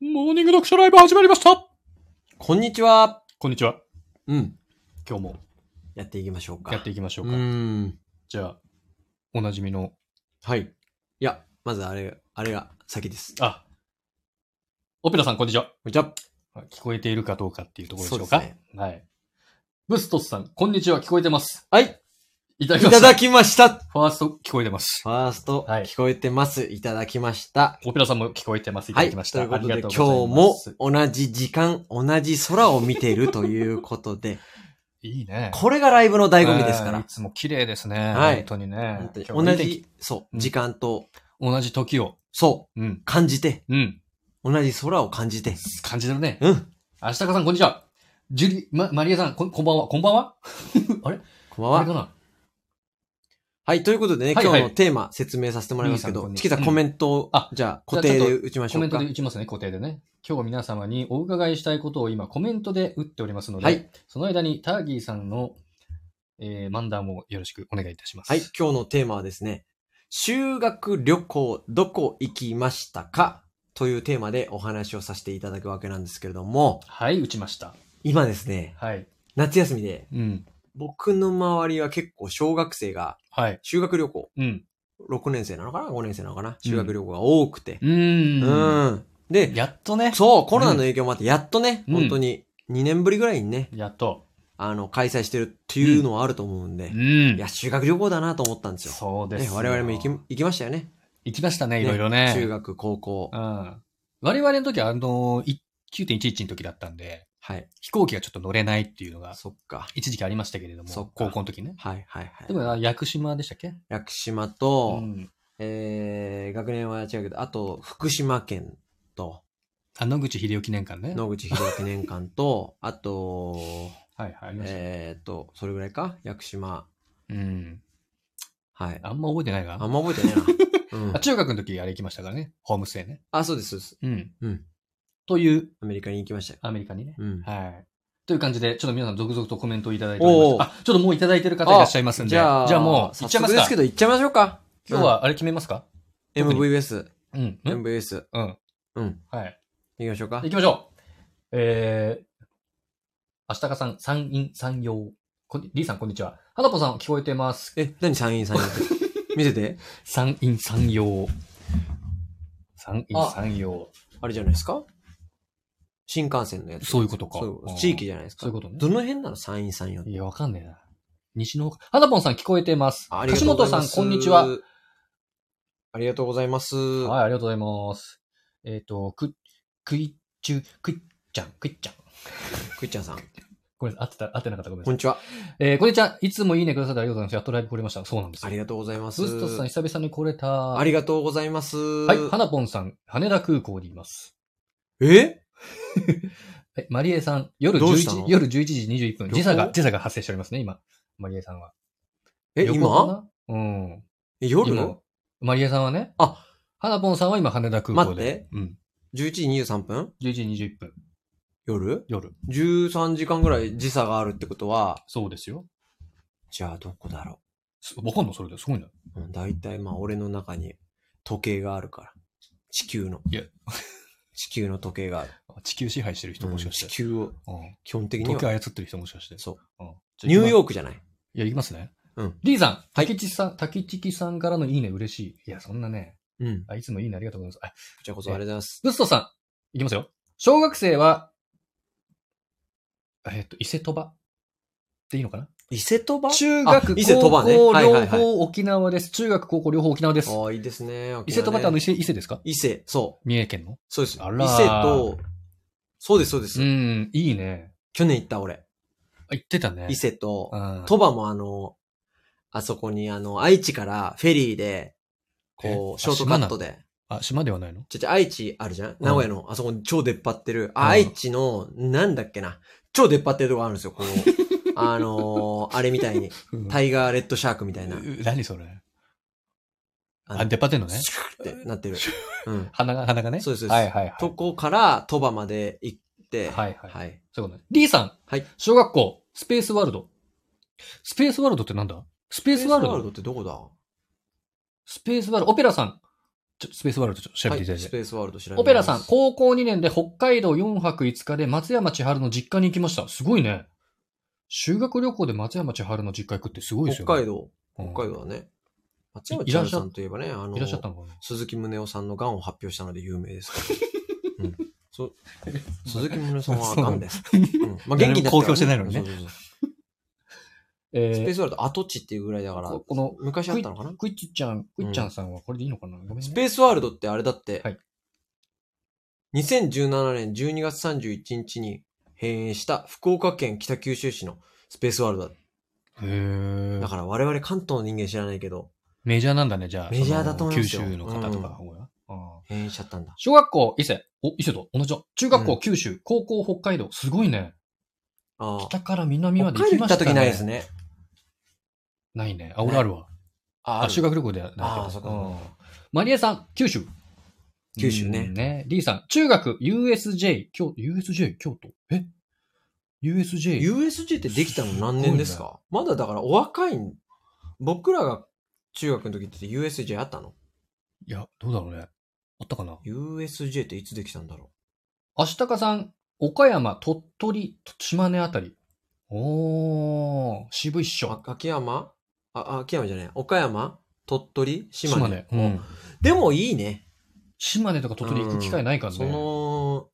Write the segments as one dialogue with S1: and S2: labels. S1: モーニング読書ライブ始まりました
S2: こんにちは。
S1: こんにちは。
S2: うん。
S1: 今日も
S2: やっていきましょうか。
S1: やっていきましょ
S2: う
S1: うか。
S2: ーん。
S1: じゃあ、おなじみの、
S2: はい。いや、まずあれ、あれが先です。こ
S1: あ、オペラさんこんにちは。
S2: んにちは。
S1: 聞こえているかどうかっていうところでしょうか。
S2: そうです
S1: はい。ブストスさん、こんにちは。聞こえてます。
S2: はい。
S1: いただ
S2: い
S1: きま
S2: た
S1: した。
S2: だきました。フ
S1: ファースト、聞こえてます。
S2: ァースト、
S1: はい
S2: 聞こえてます。いただきました。
S1: オペラさんも聞こえてます。いただ
S2: はい。
S1: き
S2: と
S1: ました。
S2: いうこ
S1: あり
S2: と
S1: が
S2: で、
S1: と
S2: 今
S1: うご
S2: 日も
S1: ざいます。
S2: 同じ時間、同じ空を見ているということ で、
S1: いいね。
S2: これがライブの醍醐味ですか
S1: うんい
S2: ら。
S1: つも綺麗ですね。
S2: はい
S1: 本当にね
S2: 本当に。
S1: 今日もい
S2: 同
S1: い天気
S2: じ、そうう、
S1: ん
S2: 時間と、
S1: 同じ時を。
S2: そう、
S1: うん。
S2: 感じて、
S1: うん。
S2: 同じ空を感じて。
S1: 感じてるね。
S2: うん。
S1: 明日かさん、こんにちは。ジュリ、ま、マリエさん、こん、こんばんは。こんばんは
S2: こんばん
S1: あれ
S2: は
S1: か。な
S2: はい、ということでね、
S1: はいはい
S2: 今日のテーマ説明させてもらいますけ
S1: 兄さ
S2: ど
S1: ん、
S2: チキさ
S1: こん
S2: ん
S1: にちは
S2: コメントを
S1: うんあ、
S2: じゃあ固定で打ちまし
S1: コ
S2: ょ
S1: メ
S2: う
S1: ント
S2: か
S1: で。打ちますね、固定でね。今日皆様にお伺いしたいことを今コメントで打っておりますので、
S2: はい
S1: その間にターギーさんの、えー、漫談もよろしくお願いいたします。
S2: はい、今日のテーマはですね、修学旅行どこ行きましたかというテーマでお話をさせていただくわけなんですけれども、
S1: はい、打ちました。
S2: 今ですね、
S1: はい。
S2: 夏休みで、
S1: うん。
S2: 僕の周りは結構小学生が
S1: はい。
S2: 修学旅行、
S1: うん。
S2: 6年生なのかな ?5 年生なのかな修学旅行が多くて
S1: う。ー。
S2: うんん。で、
S1: やっとね。
S2: そう、コロナの影響もあって、やっとね、
S1: うん
S2: 本当に2年ぶりぐらいにね、
S1: やっと。
S2: あの、開催してるっていうのはあると思うんで
S1: う、ん。
S2: いや、修学旅行だなと思ったんですよ。
S1: そうです
S2: ね、
S1: よ。
S2: 我々も行き、行きましたよね。
S1: 行きましたね、いろいろね。
S2: 中学、高校
S1: う。ん。我々の時は、あの、い9.11の時だったんで、
S2: はい。
S1: 飛行機がちょっと乗れないっていうのが、
S2: そっか。
S1: 一時期ありましたけれども
S2: そっ、か
S1: 高校の時ね。
S2: はいはいはい。
S1: でも、あ屋久島でしたっけ
S2: 屋久島と、
S1: ん。
S2: えー、学年は違うけど、あと、福島県と、
S1: あ、野口秀夫記念館ね。
S2: 野口博記念館と、あと、
S1: はいはい、ありました。
S2: えーっと、それぐらいか屋久島。
S1: うん。
S2: はい。
S1: あんま覚えてないな。
S2: あんま覚え てないな。うん
S1: あ、中学の時あれ行きましたからね。ホームステイね。
S2: あ、そうです、そうです。
S1: うん。
S2: うん。
S1: という、
S2: アメリカに行きましたよ。
S1: アメリカにね。
S2: うん。
S1: はい。という感じで、ちょっと皆さん続々とコメントをいただいており
S2: おー
S1: ます。あ、ちょっともういただいてる方いらっしゃいますんで。
S2: じゃあ、
S1: もう、行
S2: 行
S1: っ
S2: っ
S1: ち
S2: ち
S1: ゃ
S2: ゃ
S1: いま
S2: いますす
S1: か
S2: ですけど、行っちゃいましょうか。
S1: 今日はあれ決めますか特に
S2: MVS。
S1: うん。うん
S2: MVS。
S1: うん。
S2: うん。
S1: はい。
S2: 行きましょうか
S1: 行。きましょう。えー、あしたかさん、三陰三陽。こん、D さん、こんにちは。花子さん、聞こえてます。
S2: え、何参院 参院って。見せて。
S1: 三陰三陽。三陰三陽。
S2: あれじゃないですか新幹線のやつ。
S1: そういうことか
S2: そう
S1: うん
S2: 地域じゃないですか。
S1: そういうことね
S2: どの辺なの参院参院
S1: いや、わかんねえな。西の方か。花ぽんさん、聞こえてます。
S2: ありがと
S1: 橋
S2: うご
S1: 本さ
S2: ざいま
S1: ん、
S2: す。
S1: こんにちは。はい、。
S2: ありがとうございます。
S1: ありがとうございます。えっ、と、く、くいちゅ、くいちゃん、くいちゃん。
S2: くいちゃんさん。
S1: ごめんなさい、合ってた、合ってなかった、ごめん
S2: こん
S1: な
S2: に
S1: さい。
S2: ちは。
S1: えー、こんにちは。いつもいいねくださってありがとうございます。やっとライブ来れました。そうなんですよ。
S2: ありがとうございます。
S1: ブストスさん、久々に来れた。
S2: ありがとうございます。
S1: はい、花ぽんさん、羽田空港にいます。
S2: え
S1: え、マリエさん、夜
S2: ど
S1: 11
S2: うした
S1: 時
S2: の、
S1: 夜11時21分、
S2: 旅行
S1: 時差が、時差が発生しておりますね、今。マリエさんは。
S2: え、
S1: 旅行
S2: 今
S1: かなうん。
S2: え夜
S1: 今
S2: ?11
S1: マリエさんはね。
S2: あ
S1: 花ぽんさんは今、羽田空港で。
S2: 待って
S1: うん。
S2: 時23分
S1: 11時21分、
S2: 夜
S1: 夜。
S2: ?13 時間ぐらい時差があるってことは、
S1: そうですよ。
S2: じゃあどこだろ
S1: すわかんのそれですごいな。
S2: う。うん、大体まあ俺の中に時計があるから。地球の。
S1: いや
S2: 地球の時計がある。
S1: 地球支配してる人もしか
S2: 地
S1: して。
S2: 球を
S1: うん。
S2: 基本的に
S1: 時計
S2: は。
S1: 操ってる人もしかして。。
S2: そう
S1: ん。
S2: ニュー
S1: ー
S2: ヨ
S1: ク。
S2: ークじゃない。
S1: いや、行きますね。
S2: うん。
S1: D さん、
S2: はい
S1: 竹地さん、竹地さんからのいいね嬉しい。いや、そんなね。
S2: うん。こ
S1: あ、いつもいいねありがとうございます。あ
S2: ちらこそありがとうございます。
S1: ブストさん、いきますよ。小学生は、えっ、と、伊勢鳥羽っていいのかな
S2: 伊勢鳥羽
S1: 中学、
S2: 伊勢鳥
S1: 高
S2: 羽ね
S1: 校、
S2: はいは
S1: 両
S2: いはい
S1: 方沖縄です。中学、高校、両方沖縄です。
S2: ああ、いいですね。
S1: 伊勢鳥羽ってあの伊
S2: 伊勢。
S1: 勢、伊勢ですか
S2: 伊勢、そう。
S1: 三重県の
S2: そうです。伊
S1: あらー
S2: 勢と、そうです、そうで
S1: う
S2: す。
S1: ん、いいね。
S2: 去年行った俺。
S1: あ行ってたね。
S2: 伊。勢と
S1: う、ん。
S2: 鳥羽もあの、あそこにあの、愛知からフェリーで、こ
S1: え
S2: う、ショートカットで。
S1: あ、島ではないの
S2: ちょ、ちょ、愛知あるじゃん名古屋の、あそこに超出っ張ってる。あ、愛知の、なんだっけな。超出っ張ってるとこあるんですよ、 こう。あのー、あれみたいに。タイガーレッドシャークみたいな。
S1: う何それ
S2: あの
S1: あ、出っ張ってんのね。
S2: シューってな ってる。うん。
S1: 鼻が、鼻がね。
S2: そうですそうです
S1: はいはいはい。
S2: とこから鳥羽まで行って、
S1: はいはい。
S2: はい。
S1: そういうことね。D さん。
S2: はい。
S1: 小学校、スペースワールド。スペースワールドってなんだスペー
S2: ベ
S1: スワールド
S2: ってどこだ
S1: スペースワールド、オペラさん。ちょスペースワールドちょっと調
S2: は
S1: べてい
S2: い、
S1: ただいて。
S2: スペースワールド調べます
S1: オペラさん、高校2年で北海道4泊5日で松山千春の実家に行きました。すごいね。修学旅行で松山千春の実家行くってすごいですよ、
S2: 北海
S1: 道。
S2: 道。
S1: うん
S2: 北海道はね。松山
S1: い
S2: 千
S1: らっ
S2: 春
S1: しゃ
S2: さんといえばね、あの
S1: いらっしゃったのかな
S2: 鈴木宗男さんの癌を発表したので有名で すから。うんそ鈴木宗男さんは癌です。うんまあ元気
S1: 誰も
S2: だったからね
S1: 公表してないのにね
S2: そうそうそう
S1: え
S2: スペー
S1: ー、
S2: スワールド跡地っていうぐらいだから、
S1: この、
S2: 昔あったのかな
S1: クイッチちゃん、クイッちゃんさんはこれでいいのかな、ごめん
S2: ス
S1: ね。
S2: ペースワールドってあれだって、
S1: はい
S2: 2017年12月31日に閉園した福岡県北九州市のスペースワールドだ。
S1: へー
S2: だから我々関東の人間知らないけど、
S1: メジャーなんだね、じゃあ。
S2: メジャーだと思います
S1: そ
S2: よ
S1: の九州の方とか、ほらあー
S2: 閉園しちゃったんだ。
S1: 小学校、伊勢。お、伊勢と同じだ。中学校、
S2: う
S1: 九州。高校、北海道。すごいね。
S2: ああ。
S1: 北から南まで
S2: 北
S1: 行
S2: 海
S1: き
S2: 道行
S1: ま
S2: っ
S1: したた、ね。
S2: 時ないです。ね。
S1: ないね。あ、俺あるわ。
S2: あ
S1: あ、修
S2: が。
S1: 学旅行ではないけど。
S2: ああそっか
S1: んマリエさん、九州。
S2: 九州ね
S1: うんね。D さん、中学、USJ、京、USJ、京都。え ?USJ?
S2: USJ ってできたの何年ですかまだだからお若いん、僕らが中学の時って USJ あったの
S1: いや、どうだろうね。あったかな
S2: ?USJ っていつできたんだろ
S1: 明日かさん、岡山、鳥取、島根あたり。おー、渋いっし
S2: う
S1: ょ
S2: あ。秋山あ、秋山じゃない。岡山鳥取島根
S1: 島根。うん。
S2: でもいいね。
S1: 島根とか鳥取行く機会ないから
S2: そ
S1: ね。
S2: の、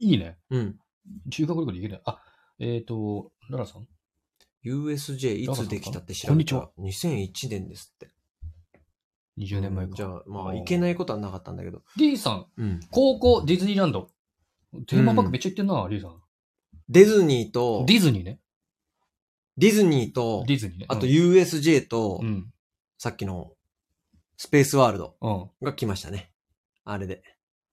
S1: いいね。
S2: うん。
S1: 中学旅行で行けない。あ、えっと、ララさん
S2: USJ いつできたって調べた
S1: こんにちは。
S2: 2001年ですって。
S1: ?20 年前
S2: うんじゃ
S1: か。
S2: あ、まあ、いけないことはなかったんだけど。
S1: D さん、
S2: うん。
S1: 高校ディズニーランド。テーマパークめっちゃ行ってんな、D さん。
S2: ディズニーと、
S1: ディズニーね。
S2: ディズニーと、
S1: ディズニーね。
S2: あと
S1: うん
S2: USJ と、
S1: うん。
S2: さっきのスペースワールド
S1: うん。
S2: が来ましたね。あれで。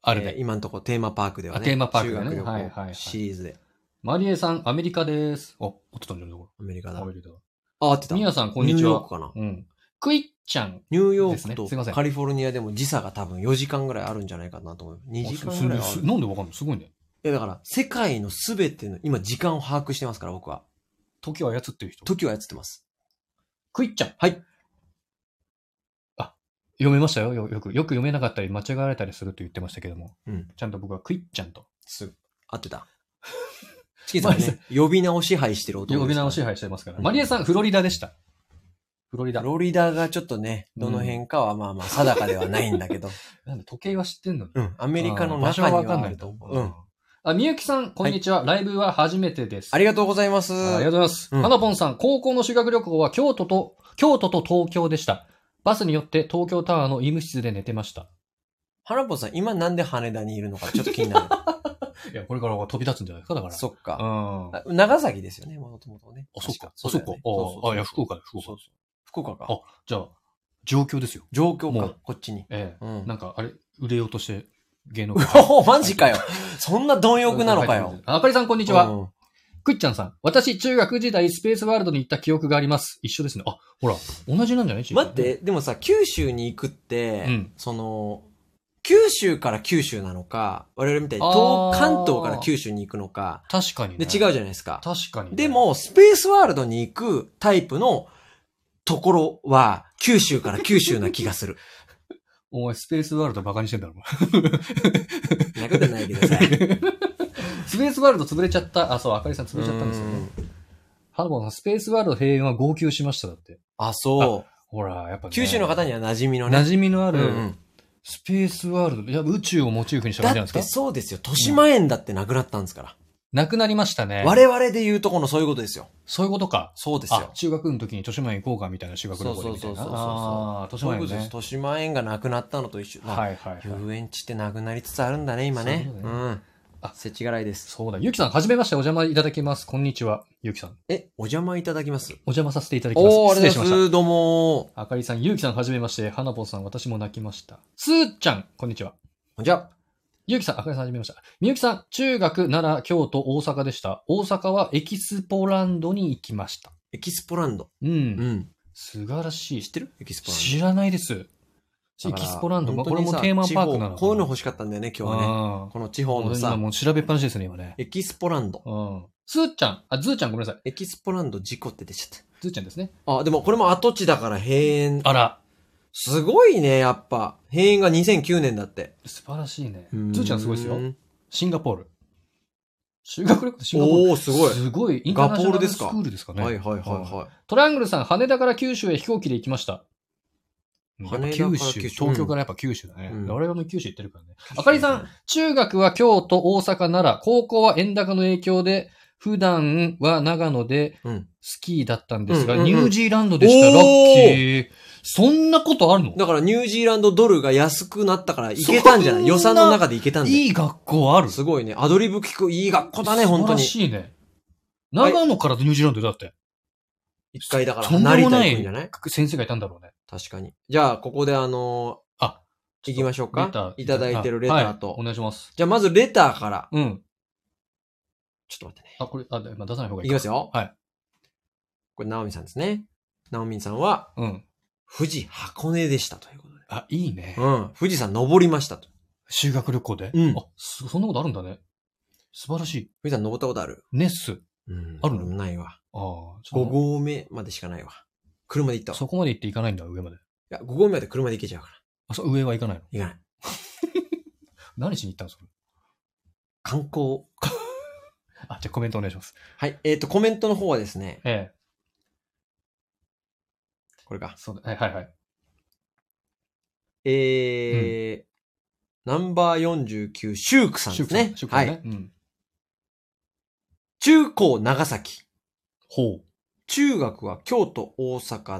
S1: あれ
S2: え
S1: で。
S2: ー今んとこテーマパークでは
S1: あ
S2: ね。
S1: テーマパークでね
S2: 修学旅行
S1: はいはいはい
S2: シリーズで。
S1: マリエさん、アメリカです。あ、合ってたんじゃないのこ
S2: アメリカ
S1: れ。
S2: だ。
S1: ア
S2: あ
S1: メ、リカだ。
S2: 合ってた。
S1: ミ
S2: ニュ
S1: ヤさん、こんに
S2: ー
S1: ち
S2: ヨー
S1: は
S2: ク。かな。
S1: うん。クイッちゃん。
S2: ニューヨ
S1: ですね
S2: ーク
S1: すいませ
S2: と
S1: ん
S2: カリフォルニアでも時差が多分4時間ぐらいあるんじゃないかなと思う。2時間ぐらいはあ
S1: す
S2: る
S1: す。なんでわかんのすごいね。
S2: いやだから、世界のすべての、今時間を把握してますから僕は。
S1: 時を操ってる人。
S2: 時を操ってます。
S1: クイッちゃん。
S2: はい。
S1: あ、読めましたよ。よよく。よく読めなかったり、間違われたりすると言ってましたけども。
S2: うん。
S1: ちゃんと僕はクイッちゃんと。
S2: す、合っ てた。チキンさんはね、呼び名を支配してる男
S1: 呼び
S2: ですから
S1: 直し配してますから。
S2: うん
S1: マリエさん、フロリダでした。フロリダ。
S2: フロリダがちょっとね、どの辺かはまあまあ定かではないんだ けど。
S1: なんで時計は知ってんのに。
S2: うん。アメリカの
S1: あー場所
S2: 中
S1: はわ
S2: に
S1: かん
S2: はあ
S1: ない
S2: る
S1: と
S2: と。。
S1: う
S2: うんん。。
S1: あ、みゆきさん、こんにちは。ライブは初めてです。
S2: ありがとうございます。
S1: ありがとうございます。
S2: うん
S1: はなぽんさん、高校の修学旅行は京都と、京都と東京でした。バスによって東京タワーの医務室で寝てました。
S2: 花ぽんさん、今なんで羽田にいるのかちょっと気 になる。
S1: いや、これからは飛び立つんじゃないですか、だから。
S2: そっ
S1: う
S2: か。
S1: ん。あ、
S2: あ長崎ですよね、もともとね。
S1: そっか。あ、そ
S2: 確
S1: っか
S2: だよね。
S1: ああ、いや、福岡だ、福
S2: そ
S1: 岡
S2: う。そう。福岡
S1: あ
S2: か。
S1: じゃあ、状況ですよ。
S2: 状況
S1: も
S2: か
S1: う、
S2: こっちに。
S1: え
S2: う
S1: え
S2: ん
S1: な。んか、あれ、売れようとして、芸能界。
S2: おマジかよ。そんな貪欲なのかよ。。
S1: あかりさん、こんに
S2: こ
S1: ちは。
S2: は。
S1: くっちゃんさん。私、中学時代、スペースワールドに行った記憶があります。一緒ですね。あ、ほら、同じなんじゃない
S2: 待っ。て、でもさ、九州に行くって
S1: うん、
S2: その、九州から九州なのか、我々みたいに東
S1: あー
S2: 関東から九州に行くのか、
S1: 確かにね。
S2: で、違うじゃないですか。
S1: 確かにね。
S2: でも、スペースワールドに行くタイプのところは、九州から九州な気 がする。
S1: お前、スペースワールドバカにしてんだろ、お前
S2: そんなことないでください。
S1: スペースワールド潰れちゃった。あ、そう、あかりさん潰れちゃったんですよね。
S2: うん
S1: ハルボンさん、スペースワールド閉園は号泣しました、だって。
S2: あ、そ
S1: ほら、やっぱ
S2: う。
S1: ね
S2: 九州の方には馴染みのね。
S1: 馴染みのあ
S2: うんう
S1: る、
S2: ん
S1: スペースワールド、いや、宇宙をモチーフにした感じ
S2: だ
S1: なんで
S2: っ
S1: す
S2: て
S1: か
S2: そうですよ。豊島園だってなくなったんですから。
S1: なくなりましたね。
S2: 我々で言うとこのそういうことですよ。
S1: そういうことか。
S2: そうです
S1: あ
S2: よ、。
S1: 中学の時に豊島園行こうかみたいな修学旅行でみたいな。
S2: そうそうそうそうそう
S1: ああ、豊
S2: そう
S1: 島
S2: いう
S1: 園
S2: ことです。
S1: ね。
S2: 豊島園がなくなったのと一緒。
S1: はいはいはい。
S2: 遊園地ってなくなりつつあるんだね、今ね。
S1: そう
S2: う
S1: だ
S2: ん。
S1: あ
S2: あ、せちがらいです。
S1: そうだ。ゆきさん、はじめまして。お邪魔いただきます。こんにちは。ゆきさん。
S2: え、お邪魔いただきま
S1: お
S2: す。
S1: 邪魔させていただきます。
S2: おー、あ
S1: 失
S2: りが
S1: 礼
S2: と
S1: し
S2: う
S1: ま
S2: ご
S1: し
S2: ざい
S1: た。
S2: ます。どうも
S1: あかりさん、ゆうきさん、はじめまして。はなぽんさん、私も泣きました。すーちゃん、こんにちは。
S2: ー。じゃあ、
S1: ゆうきさん、あかりさん、はじめました。みゆきさん、中学、奈良、京都、大阪でした。大阪はエキスポランドに行きました。
S2: エキスポランド。
S1: うん。
S2: うん。
S1: 素晴らしい
S2: 知っ。てるエキスポランド。
S1: 知らないです。エキスポランド。まあ、これもテーマパークなのかな。
S2: こういうの欲しかったんだよね、今日はね。
S1: あ
S2: この地方
S1: ー
S2: の
S1: 今
S2: さ、
S1: もう調べっぱなしですね、今ね。
S2: エキスポランド。
S1: うん。すーちゃん、あ、ずーちゃんごめんなさい。
S2: エキスポランド事故って出ちゃっ
S1: ずーちゃんですね。
S2: た。あ、でもこれも跡地だから閉園。
S1: あら。
S2: すごいね、やっぱ。閉園が2009年だって。
S1: 素晴らしいね。つ
S2: うん
S1: ーちゃんすごいですよ。シンガポール。修学旅行でシンガポール。
S2: おー、すごい。
S1: すごい。インター
S2: ガ
S1: ナ
S2: ポ
S1: ショ
S2: ー
S1: ナ
S2: ル
S1: ル
S2: ですか
S1: スクールですかね。
S2: はいはいはいは
S1: トライアングルさん、羽田から九州へ飛行機で行きました。やっぱ
S2: 羽田から
S1: 九
S2: 九州
S1: 州、東京からやっぱ九州だね。
S2: うん
S1: 我々も九州行ってるからね。
S2: い。
S1: あかりさん、中学は京都、大阪、奈良、高校は円高の影響で、普段は長野で
S2: うん
S1: スキーだったんですが、
S2: うんうんうん
S1: ニュージーランドでした、
S2: おー
S1: ラッキー。そんなことあるの
S2: だからニュージーランドドルが安くなったから行けたんじゃな
S1: そん
S2: い
S1: な
S2: 予算の中で行けたんじゃ
S1: いい学校ある
S2: すごいね。アドリブ聞く、いい学校だね、本当に
S1: 素。晴らしいね。長野からニュージーランドだって。
S2: 一回だから
S1: とんで
S2: 成
S1: も
S2: 田
S1: な
S2: 行くんじゃない
S1: い先生がいたんだろうね。
S2: 確かに。じゃあ、ここであのー
S1: あ
S2: 行きましょう
S1: レタ
S2: か
S1: ー。
S2: いただいてるレターと。
S1: はいお願いします。
S2: じゃあ、まずレターから。
S1: うん。
S2: ちょっと待ってね。
S1: あ、これ、あ、でまあ出さない方がい
S2: い
S1: い
S2: き
S1: か。
S2: ますよ。
S1: はい。
S2: これ、ナオミさんですね。ナオミさんは、
S1: うん。
S2: 富士箱根でしたということで。
S1: あ、いいね。
S2: うん。富士山登りましたと。
S1: 修学旅行で。
S2: うん
S1: あ、そそんなことあるんだね。素晴らしい。
S2: 富士山登ったことある
S1: ネッス。
S2: うん
S1: あるの
S2: ないわ。
S1: ああ、そ
S2: 5
S1: う
S2: 合目までしかないわ。車で行ったわ。い
S1: そこまで行って行かないんだ、上まで。
S2: や、5合目まで車で行けちゃうから。
S1: あ、そう、上は行かないの。
S2: 行かない。
S1: 何しに行ったんですか
S2: 観光。
S1: あ、じゃあコメントお願いします。
S2: はい。えっ、と、コメントの方はですね、
S1: ええ。
S2: これか。
S1: そうだ、はいはいはい。
S2: えー、ナンバー49、シュークさんですね。
S1: シュウク
S2: は
S1: さんね
S2: い。。
S1: うん。
S2: 中高長崎。
S1: ほ
S2: 中学は京都、大阪、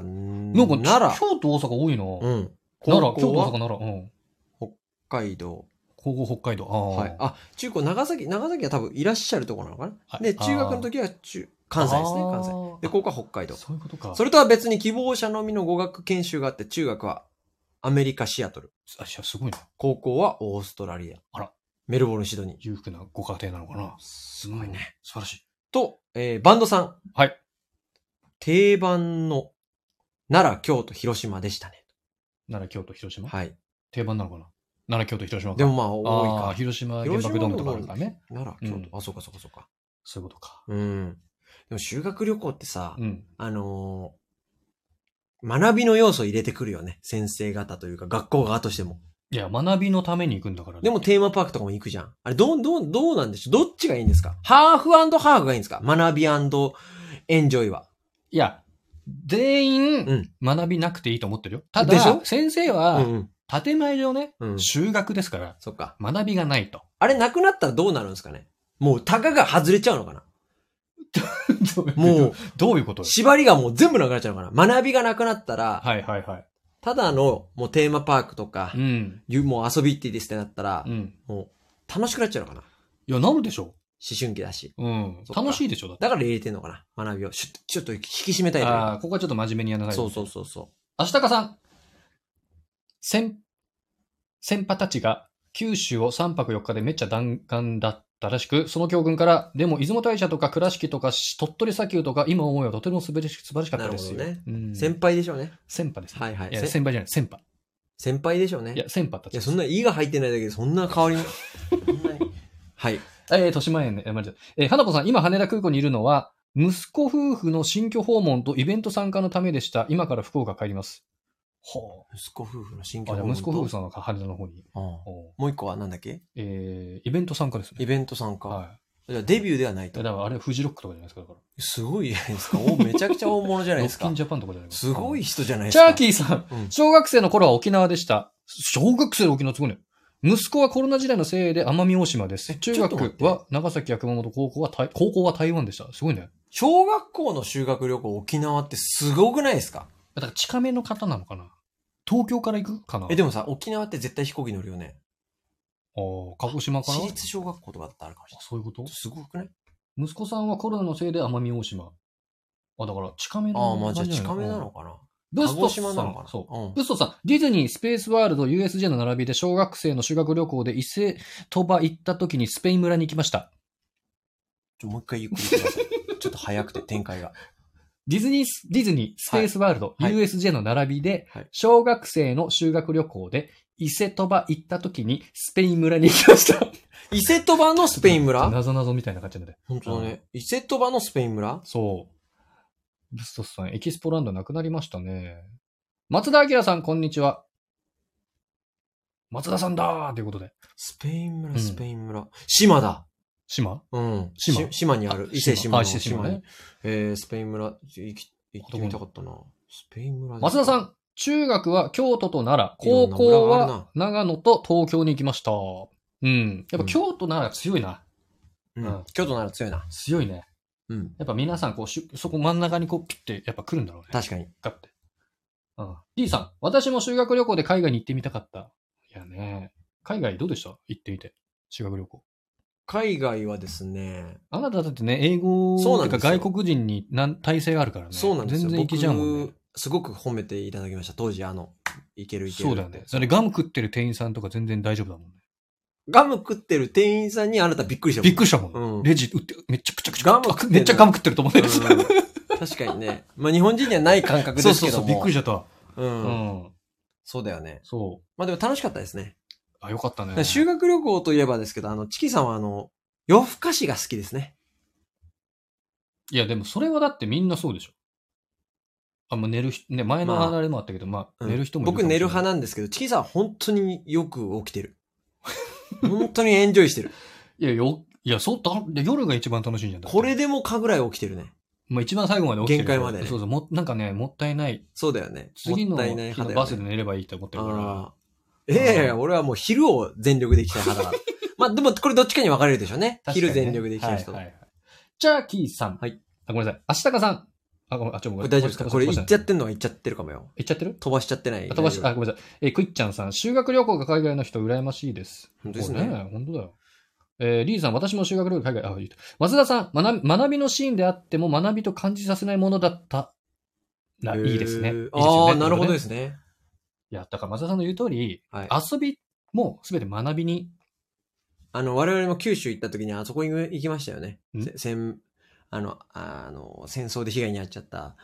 S1: う。なんか、
S2: 奈良。
S1: 京都、大阪多いな。
S2: うん。
S1: 奈
S2: 高
S1: 良、京
S2: 校
S1: 都、大阪、
S2: は
S1: 奈良。うん。
S2: 北海道。
S1: 高校、北海道。ああ。
S2: はい。あ、中高、長崎、長崎は多分いらっしゃるところなのか
S1: は
S2: ないで、中学の時は中、関西ですね、関西。で、
S1: 西
S2: 高校は北海道。
S1: そういうことか。
S2: それとは別に希望者のみの語学研修があって、中学はアメリカ・シアトル、
S1: あ、いやすごいな。
S2: 高校はオーストラリア、
S1: あら
S2: メルボルン・シドニー。
S1: 裕福なご家庭なのかな。すごいね。素晴らしい。
S2: と、えーバンドさん。
S1: はい。
S2: 定番の奈良、京都、広島でしたね。
S1: 奈良、京都、広島。
S2: はい。
S1: 定番なのかな。奈良、京都、広島か。
S2: でもまあ
S1: あ
S2: 多
S1: あ、
S2: いか。
S1: 広島原
S2: 広島
S1: 爆ドームとかあるからね。
S2: 奈良、京都。
S1: う
S2: あ、そうかそうかそうか。
S1: そういうことか。
S2: うん。でも修学旅行ってさ、
S1: うん。
S2: あのー学びの要素入れてくるよね。先生方というか、学校側としても。
S1: いや、学びのために行くんだからね。
S2: でもテーマパークとかも行くじゃん。あれ、どう、どう、どうなんでしょうどっちがいいんですかハーフハーフがいいんですか学びエンジョイは。
S1: いや、全
S2: う
S1: 員
S2: ん、
S1: 学びなくていいと思ってるよ。た
S2: でしょ
S1: だ、先生
S2: う
S1: は、
S2: ん。
S1: 建前上ね、
S2: うん。
S1: 修学ですから、
S2: そっか。
S1: 学びがないと。
S2: あれ、なくなったらどうなるんですかねもう、タガが外れちゃうのかな もう、
S1: どういうことよ
S2: 縛りがもう全部なくなっちゃうのかな学びがなくなったら、
S1: はいはいはい。
S2: ただの、もうテーマパークとか
S1: う、ん。
S2: ゆもう遊び行っていいですってなったら
S1: う、ん。
S2: もう、楽しくなっちゃうのかな思
S1: いや、なるでしょ
S2: 春期だし。
S1: う。うん。
S2: そっか
S1: 楽しいでしょだって。
S2: だから入れてんのかな学びを。しちょっと引き締めたいという
S1: ああ
S2: か
S1: ー、ここはちょっと真面目にやらないと
S2: そうそうそうそ
S1: 明日かさん。先、先輩たちが九州を3泊4日でめっちゃ弾丸だったらしく、その教訓から、でも出雲大社とか倉敷とかし鳥取砂丘とか今思えばとても素晴らし素晴らしかったですよ。
S2: なるほ
S1: どね。
S2: う。
S1: 先
S2: 先輩でしょうね。
S1: 先輩ですね。
S2: はいはい
S1: いや、
S2: せ
S1: 先輩じゃない、先輩。
S2: 先輩でしょうね。
S1: いや、先輩たち
S2: いや、
S1: です。
S2: そんな、いが入ってないだけで、そんな 変わりも、そんなにはい。
S1: えー、豊島園ね、えー、間違えたえー花子さん、今羽田空港にいるのは、息子夫婦の新居訪問とイベント参加のためでした。今から福岡帰ります。ほ
S2: 息子夫婦の新
S1: う。あ、じゃあ息子夫婦さんが羽田の方に。
S2: うん。
S1: ほう
S2: もう一個は何だっけ
S1: えー、イベント参加ですね。
S2: イベント参加。
S1: はい。
S2: じゃあデビューではない
S1: だ
S2: と。
S1: からあれ、フジロックとかじゃないですか、だか
S2: すごいじゃないですか。おめちゃくちゃ大物じゃ
S1: ら。
S2: な
S1: ロ
S2: いです
S1: ッ キ
S2: か
S1: ン。ジャパンとかじゃないですか。
S2: ごい人じゃないです
S1: チ
S2: か。
S1: ャーキーさん、
S2: うん
S1: 小学生の頃は沖縄でした。小学生の沖縄すごいね。息子はコロナ時代のせいで奄美大島です。中
S2: ちょっと待っ
S1: 学
S2: て
S1: は長崎や熊本、高校は台、高校は台湾でした。すごいね。
S2: 小学校の修学旅行沖縄ってすごくないですか
S1: だから近めの方なのかな東京から行くかな
S2: え、でもさ、沖縄って絶対飛行機乗るよね。
S1: ああ、鹿児島から
S2: 私立小学校とかだってあるかもしれ
S1: あそういうこと
S2: ない。すごくない
S1: 息子さんはコロナのせいで奄美大島。あ、だから近め
S2: ああ、
S1: の
S2: ま
S1: 感
S2: あじゃあ
S1: じじゃい
S2: 近めなのかな。
S1: ブ
S2: 鹿
S1: ス
S2: 児
S1: トさん
S2: 島なのかな。
S1: そう。
S2: うん
S1: ブストさん、ディズニー、スペースワールド、USJ の並びで小学生の修学旅行で伊勢鳥羽行った時にスペイン村に行きました。
S2: ちょもう一回ゆっくりください。ちょっと早くて展開が。
S1: ディズニース、ディズニー、スペースワールド、
S2: はい
S1: USJ の並びで
S2: はい、
S1: 小学生の修学旅行で伊勢鳥羽行った時にスペイン村に行きました。
S2: 伊勢鳥羽のスペイン村
S1: なぞなぞみたいな感じなんで。
S2: 本当だね。伊勢鳥羽のスペイン村
S1: そう。ブストさん、エキスポランドなくなりましたね。松田明さん、こんにちは。松田さんだーということで。
S2: スペイン
S1: うん
S2: 村、スペイン村。島だ。
S1: 島
S2: うん。
S1: 島
S2: し島にある。伊勢島
S1: あ
S2: の
S1: 伊勢島ね
S2: に。えー、スペイン村、行き、行ってみたかったな。スペイン村
S1: 松田さん、中学は京都と奈良、
S2: いろん
S1: 高
S2: な村
S1: 校
S2: がある
S1: は
S2: な
S1: 長野と東京に行きました。うん。やっぱ京都、奈良強いな。
S2: ん。
S1: う
S2: う
S1: ん
S2: ん。京都なら強いな。
S1: 強いね。
S2: うん。
S1: やっぱ皆さん、こうしゅ、そこ真ん中にこう、ピュって、やっぱ来るんだろうね。
S2: 確かに。
S1: かって。うん。D さん、私も修学旅行で海外に行ってみたかった。いやね。海外どうでした行ってみて。修学旅行。
S2: 海外はですね、
S1: あなただってね、英語
S2: そうなん
S1: て
S2: で
S1: か
S2: すよ
S1: 外国人になん体制があるからね。
S2: そうなんです
S1: 全
S2: よ。
S1: 然行けちゃうもんね
S2: 僕。、すごく褒めていただきました。当時、あの、いけるいける。
S1: そうだよね。それガム食ってる店員さんとか全然大丈夫だもんね。
S2: ガム食ってる店員さんにあなたびっくりしたもん
S1: びっくりしたもん。
S2: うん
S1: レジ打って、めっちゃくちゃくちゃ
S2: ガム食ってんの
S1: めっちゃガム食ってると思うね。
S2: うん確かにね。まあ日本人にはない感覚
S1: そう
S2: です
S1: そう
S2: けど
S1: そう、
S2: も。
S1: びっくりしちゃった。
S2: う。
S1: うんん。
S2: そうだよね。
S1: そう。
S2: まあでも楽しかったですね。
S1: あ、よかった
S2: だから
S1: ね。
S2: 修学旅行といえばですけど、あの、チキさんはあの、夜更かしが好きですね。
S1: いや、でもそれはだってみんなそうでしょ。あ、まあ、寝る人、ね、前の
S2: まあ
S1: 離れもあったけど、まあ、
S2: うん
S1: 寝る人もいるかも
S2: 僕
S1: しれな
S2: 寝
S1: い
S2: る派なんですけど、チキさんは本当によく起きてる。本当にエンジョイしてる。
S1: いや、よ、いや、そう、だで夜が一番楽しいんじゃん。だって
S2: これ、でもかぐらい起きてるね。
S1: まあ、一番最後まで起きてる
S2: 限界までね
S1: そうそう、も、なんかね、もったいない。
S2: そうだよね。
S1: 次
S2: も
S1: の
S2: ったいない
S1: 日
S2: 派
S1: の
S2: だ
S1: バ
S2: よ
S1: ス
S2: ね
S1: で寝ればいいと思ってるから。
S2: あーいやいやいや、俺はもう昼を全力で行きたい派だから。 まあでもこれどっちかに分かれるでしょうね。
S1: 確かにね
S2: 昼全力で行きたい人。
S1: はいはいはいじゃあ、キーさん。
S2: はい。
S1: あ、ごめんなさい。足高さん。あ、ごめん、あ、ちょ、ご
S2: こ
S1: め
S2: れ
S1: ん。
S2: 大丈夫ですかこれ
S1: い
S2: 言っちゃってんのは言っちゃってるかもよ。
S1: いっちゃってる
S2: 飛ばしちゃってない。
S1: あ飛ばし、あ、
S2: 大丈
S1: ごめんなさい。えークイッチャンさん、修学旅行が海外の人羨ましいです。
S2: 本当です
S1: こ
S2: ね
S1: れ本当だよ。えーリーさん、私も修学旅行海外、あ、言った。松田さん学び、学びのシーンであっても学びと感じさせないものだった。な、
S2: 夫
S1: いいですね。いい
S2: へー
S1: ですよ
S2: あ
S1: ね
S2: あ、なるほどで
S1: こ
S2: すね。
S1: れねいや、だから松田さんの言う通り、
S2: はい。
S1: 遊びもすべて学びに、
S2: あの、我々も九州行った時にあそこに行きましたよね
S1: ん。
S2: せ戦、あの、あの、戦争で被害に遭っちゃった、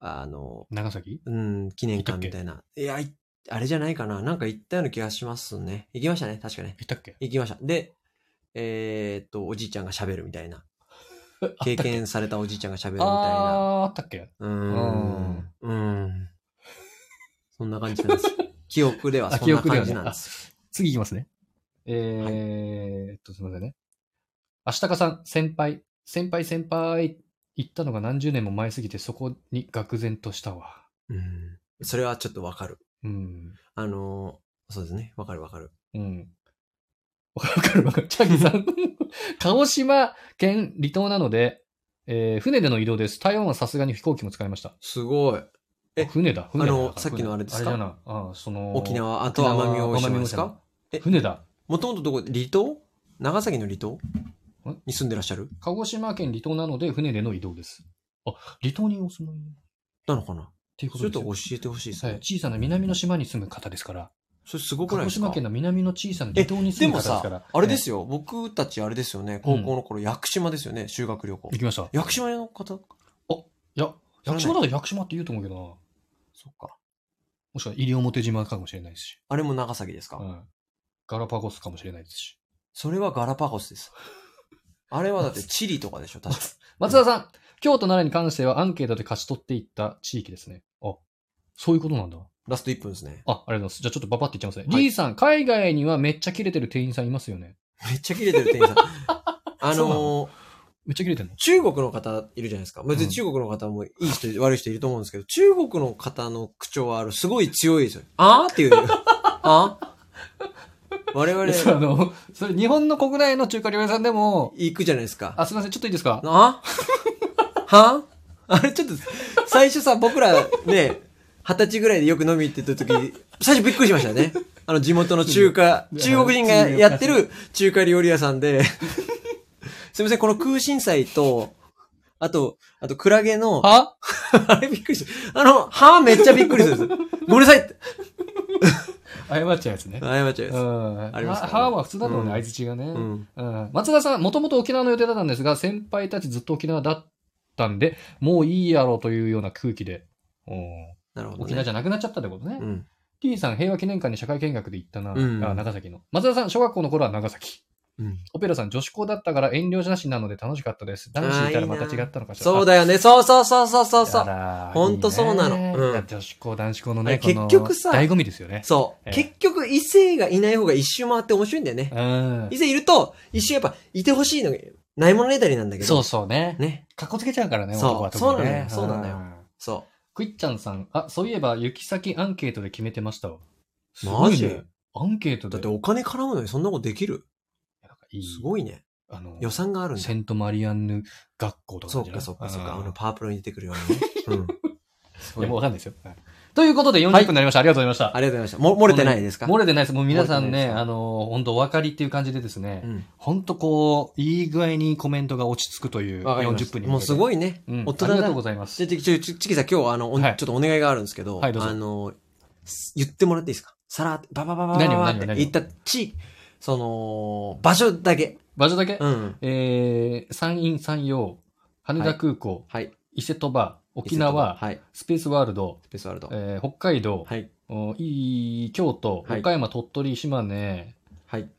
S2: あの、
S1: 長崎
S2: うん、記念館みたいな。いや、いあれじゃないかな。なんか行ったような気がしますね。行きましたね、確かね。
S1: 行ったっけ
S2: 行きました。で、えーっと、おじいちゃんが喋るみた いな。
S1: あ
S2: 経験されたおじいちゃんが喋るみたいな。
S1: あーあったっけ
S2: うーん。うーん。そんな感じなん です。記憶では
S1: あ
S2: そん
S1: 記
S2: な
S1: 憶では
S2: 感
S1: ね
S2: じなんです。
S1: 次行きますね。えーっと、すみませんね。あしたかさん、先輩、先輩先輩、行ったのが何十年も前すぎて、そこに愕然としたわ。
S2: うん。それはちょっとわかる。
S1: うん。
S2: あのー、そうですね。わかるわかる。
S1: うん。わかるわ かる。チャギさん。鹿児島県離島なので、えー船での移動です。台湾はさすがに飛行機も使いました。
S2: すごい。え
S1: 船だ、船だ。
S2: あの
S1: やぱ
S2: さっきのあれですか
S1: あれだな。ああその、
S2: 沖縄、あ
S1: 沖
S2: と
S1: 縄、
S2: 奄美大島です
S1: 奄美
S2: か
S1: 大島
S2: え
S1: 船だ。
S2: もともとどこ、離島長崎の離島
S1: ん
S2: に住んでらっしゃる
S1: 鹿児島県離島なので、船での移動です。あ、離島にお住まいっ
S2: なのかな
S1: ていうこと
S2: それ
S1: です
S2: と
S1: よ
S2: 教えてほしいです
S1: はい
S2: ね。
S1: 小さな南の島に住む方ですから、
S2: それすご
S1: 鹿
S2: くない
S1: 児
S2: ですか
S1: 島県の南の小さな離島に住む方ですから。
S2: あれです
S1: よ。
S2: よ、僕たちあれですよね、高校の頃、屋久島ですよね、修学旅行
S1: 行。きました。い
S2: 屋久島の方
S1: や、屋久島だと屋久島って言うと思うけどな。も
S2: そっか。
S1: しくは西表島かもしれないし、
S2: あれも長崎ですか、
S1: うんガラパゴスかもしれないですし。
S2: それはガラパゴス です。あれはだってチリとかでしょ、確か。
S1: 松田さん、京都奈良に関してはアンケートで勝ち取っていった地域ですね。あ、そういうことなんだ。
S2: ラスト1分ですね。
S1: あ、ありがとうございます。じゃあちょっとババっていっちゃいますね。
S2: はい
S1: リーさん、海外にはめっちゃキレてる店員さんいますよね。
S2: めっちゃ切れてる 店員さん。あ
S1: そうな
S2: のー
S1: めっちゃキレてるの
S2: 中国の方いるじゃないですか。別
S1: うん
S2: に中国の方もいい 人、悪い人いると思うんですけど、中国の方の口調はある、すごい強いですよ。あーっ ていう。あー我々
S1: いやそうあの、それ日本の国内の中華料理屋さんでも、
S2: 行くじゃないですか。
S1: あ、すみません、ちょっといいですか
S2: あ はあれちょっと、最初さ、僕らね、二十歳ぐらいでよく飲み行ってた時、最初びっくりしましたよね。あの地元の中華、
S1: うん
S2: 中国人がやってる中華料理屋さんで、 すいません、この空心菜と、あと、あとクラゲの、
S1: は
S2: あれびっくりした。あの、はめっちゃびっくりするんですよ。ごめんなさいって。
S1: 謝っちゃうやつね。
S2: 謝っちゃいます。
S1: うん。
S2: ありますからね
S1: 歯は普通だと
S2: うん
S1: ね、相槌がね。
S2: う
S1: うん
S2: ん。
S1: 松田さん、もともと沖縄の予定だったんですが、先輩たちずっと沖縄だったんで、もういいやろというような空気で、うん
S2: なるほど、ね。
S1: 沖縄じゃなくなっちゃったってことね
S2: う。ん。
S1: T さん、平和記念館に社会見学で行ったな。
S2: うん
S1: あ長崎の。松田さん、小学校の頃は長崎。
S2: うん。
S1: オペラさん、女子校だったから遠慮なしなので楽しかったです。男子いたらまた違ったのかしら。
S2: そうだよね。そうそうそうそうそうそ
S1: あ
S2: う。
S1: らー
S2: ほんと
S1: いいね
S2: そうなのうん
S1: いや女子校、男子校の
S2: あ
S1: ね、
S2: れ
S1: この
S2: 結局さ
S1: 醍醐味ですよね。
S2: そう。
S1: ええ
S2: 結局、異性がいない方が一周回って面白いんだよね。
S1: うん
S2: 異。性いると、一瞬やっぱ、いてほしいのが、ないものねだりなんだけど。
S1: そうそうね。
S2: ね。
S1: かっこつけちゃうからね、
S2: そう
S1: 男は特にね。
S2: そうなのよそうな
S1: よ。
S2: そ
S1: クイッちゃんさん、あ、そういえば、行き先アンケートで決めてましたわ。
S2: う。
S1: すご
S2: マ
S1: い
S2: ジ、
S1: ね。アンケート
S2: だっ
S1: で。
S2: てお金絡むのにそんなことできる
S1: なんかいい
S2: すごいね。
S1: あの、
S2: 予算があるんだ。
S1: セントマリアンヌ学校とか
S2: そ
S1: なんじ
S2: う
S1: ゃな
S2: か
S1: い
S2: そうかそうか。
S1: ん
S2: あの、パープルに出てくるようにね。うん。す
S1: い
S2: ごい
S1: や、もう
S2: ね
S1: わかんないですよ。はいということで40分になりました。ありがとうございました。
S2: ありがとうございました。も、漏れてないですか
S1: 漏れてないです。もう皆さん
S2: 漏れてない
S1: ね、
S2: ですか
S1: あの、本当お分かりっていう感じでですね、
S2: うん。
S1: 本当こう、いい具合にコメントが落ち着くという
S2: わかりまし
S1: 40
S2: た
S1: 分に
S2: もうす
S1: い、
S2: ごいね。
S1: うん
S2: 大人
S1: ありが
S2: だ
S1: とう。ございます
S2: ち。ょ、ちょ、ちょ、ちょチキさん今日はあの、おん
S1: はい
S2: ちょっとお願いがあるんですけど、
S1: はいどうぞ
S2: あの、す言ってもらっていいですかさらっと、ばばばばば
S1: 何を
S2: ばっ
S1: 何を
S2: て
S1: 何を
S2: 言った地、その、場所だけ。
S1: 場所だけ、
S2: うん。
S1: えー、山陰山陽、羽田空港、
S2: はい。
S1: 伊勢鳥羽、沖縄、
S2: はい。
S1: スペースワールド、
S2: スペースワールド。
S1: えー北海道、
S2: はい。
S1: おいい京都、
S2: はい
S1: 岡山、鳥取、島根、
S2: はい。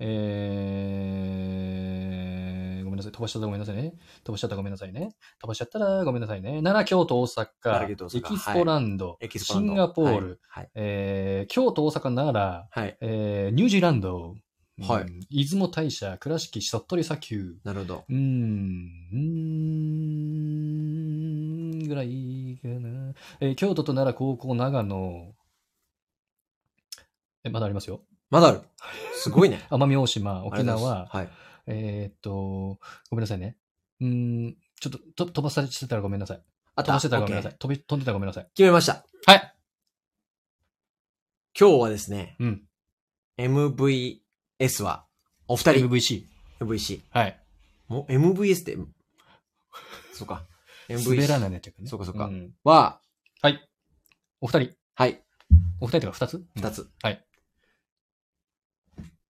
S1: えー、ごめんなさい、飛ばしちゃったらごめんなさいね。飛ばしちゃったらごめんなさいね。飛ばしちゃったらごめんなさいね。奈良、京都、大
S2: 奈
S1: 阪、
S2: 良京都大阪
S1: エキスポランド、
S2: エキス
S1: シ
S2: ポランド
S1: ンガポール、。
S2: はい。
S1: えー京都、大阪、奈良、
S2: はい。はい
S1: えーニュージーランド、うん
S2: はい
S1: 出雲大社、倉敷、鳥取砂丘、
S2: なるほど。
S1: うーん、うーん、ぐらいかな。えー京都と奈良、高校、長野、え、まだありますよ。
S2: まだある。すごいね。
S1: 奄美大島、 沖
S2: ありがとうござい
S1: 縄
S2: ま、すはい。
S1: えーっと、ごめんなさいね。うーん、ちょっとと飛ばされてたらごめんなさい。
S2: あ
S1: 飛ばしてたら
S2: オッ
S1: ご
S2: ケ
S1: めん
S2: ー
S1: なさい。飛び飛んでたらごめんなさい。
S2: 決めました。
S1: はい。
S2: 今日はですね、
S1: うん。
S2: MVS は、お二人、
S1: MVC。
S2: MVC。
S1: はい。
S2: もう MVS って、そうか。
S1: 滑ら
S2: MVC
S1: ないねっていうかね。
S2: そうかそうか
S1: ん
S2: は、
S1: はい。お二人。
S2: はい、
S1: お二人とか二つ
S2: 二。つ。
S1: はい。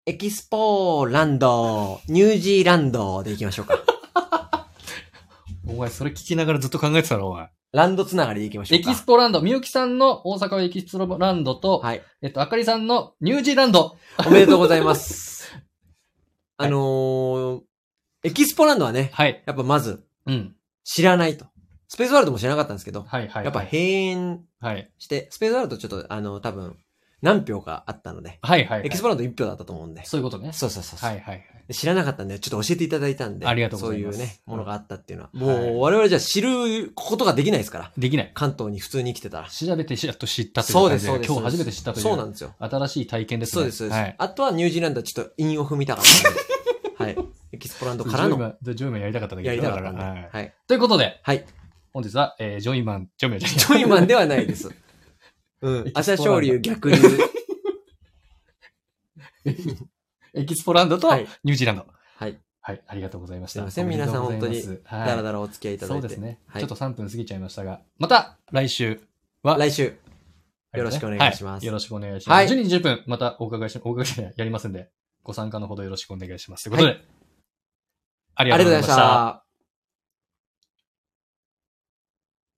S2: エキスポーランド、ニュージーランドでいきましょうか。
S1: うんお前、それ聞きながらずっと考えてたろ、お前。
S2: ランドつながりでいきましょ
S1: エ
S2: うか。
S1: キスポランド。みゆきさんの大阪はエキスポランドと、
S2: はい。
S1: えっと、あかりさんのニュージーランド。
S2: おめでとうござ います。あのー、エキスポランドはね、
S1: はい。
S2: やっぱまず、
S1: うん。
S2: 知らないと。スペースワールドも知らなかったんですけど、
S1: はいはい。
S2: やっぱ閉園
S1: はい。
S2: して、スペースワールドちょっと、あの、多分、何票かあったので、
S1: はいはいはい。
S2: エキスポランド1票だったと思うんで。
S1: そういうことね。
S2: そうそうそうそう
S1: はいはいはい。
S2: で知らなかったんで、ちょっと教えていただいたんで。
S1: ありがとうございます
S2: そういうね、ものがあったっていうのは。
S1: うん
S2: も、
S1: はいう
S2: 我々じゃ知ることができないですから。
S1: できない。
S2: 関東に普通に来てたら。
S1: 調べてやっと知ったという
S2: そう
S1: 感
S2: で
S1: じ
S2: す、
S1: で
S2: そうです。
S1: 今日初めて知ったという。
S2: そうなんですよ。
S1: 新しい体験ですね。
S2: そうです、そうです。
S1: はい。
S2: あとはニュージーランドはちょっと韻を踏みたかったんで。はい。エキスポランドから
S1: ジョイ
S2: の
S1: マン、ジョイマンやりたかったんだけ
S2: や
S1: ど
S2: りたかった
S1: だ
S2: ん
S1: か
S2: で。
S1: らはい
S2: はい。
S1: ということで、
S2: はい。
S1: 本日は、えージョイマン、ジョイマンじゃない。
S2: ジョイマンではないです。うん。朝昇竜逆流。
S1: エキスポランドと
S2: はい
S1: ニュージーランド。
S2: はい。
S1: はい、ありがとうございまし
S2: すい
S1: た。
S2: ません
S1: おめでとうございます
S2: 皆さん
S1: はい
S2: だらだらお付き合いいただ
S1: そ
S2: いうて。
S1: ですね、
S2: はい
S1: ちょっと3分過ぎちゃいましたが、また来週は、
S2: 来週。よろしくお願いします
S1: はよろしくお願いし
S2: は
S1: ま
S2: い
S1: す。12時10分、またお伺いし、 お伺いしないやりますんで、ご参加のほどよろしくお願いします。ということで、あり
S2: あ
S1: が
S2: り
S1: とうござい
S2: がとうございま
S1: ま
S2: し
S1: した。
S2: た。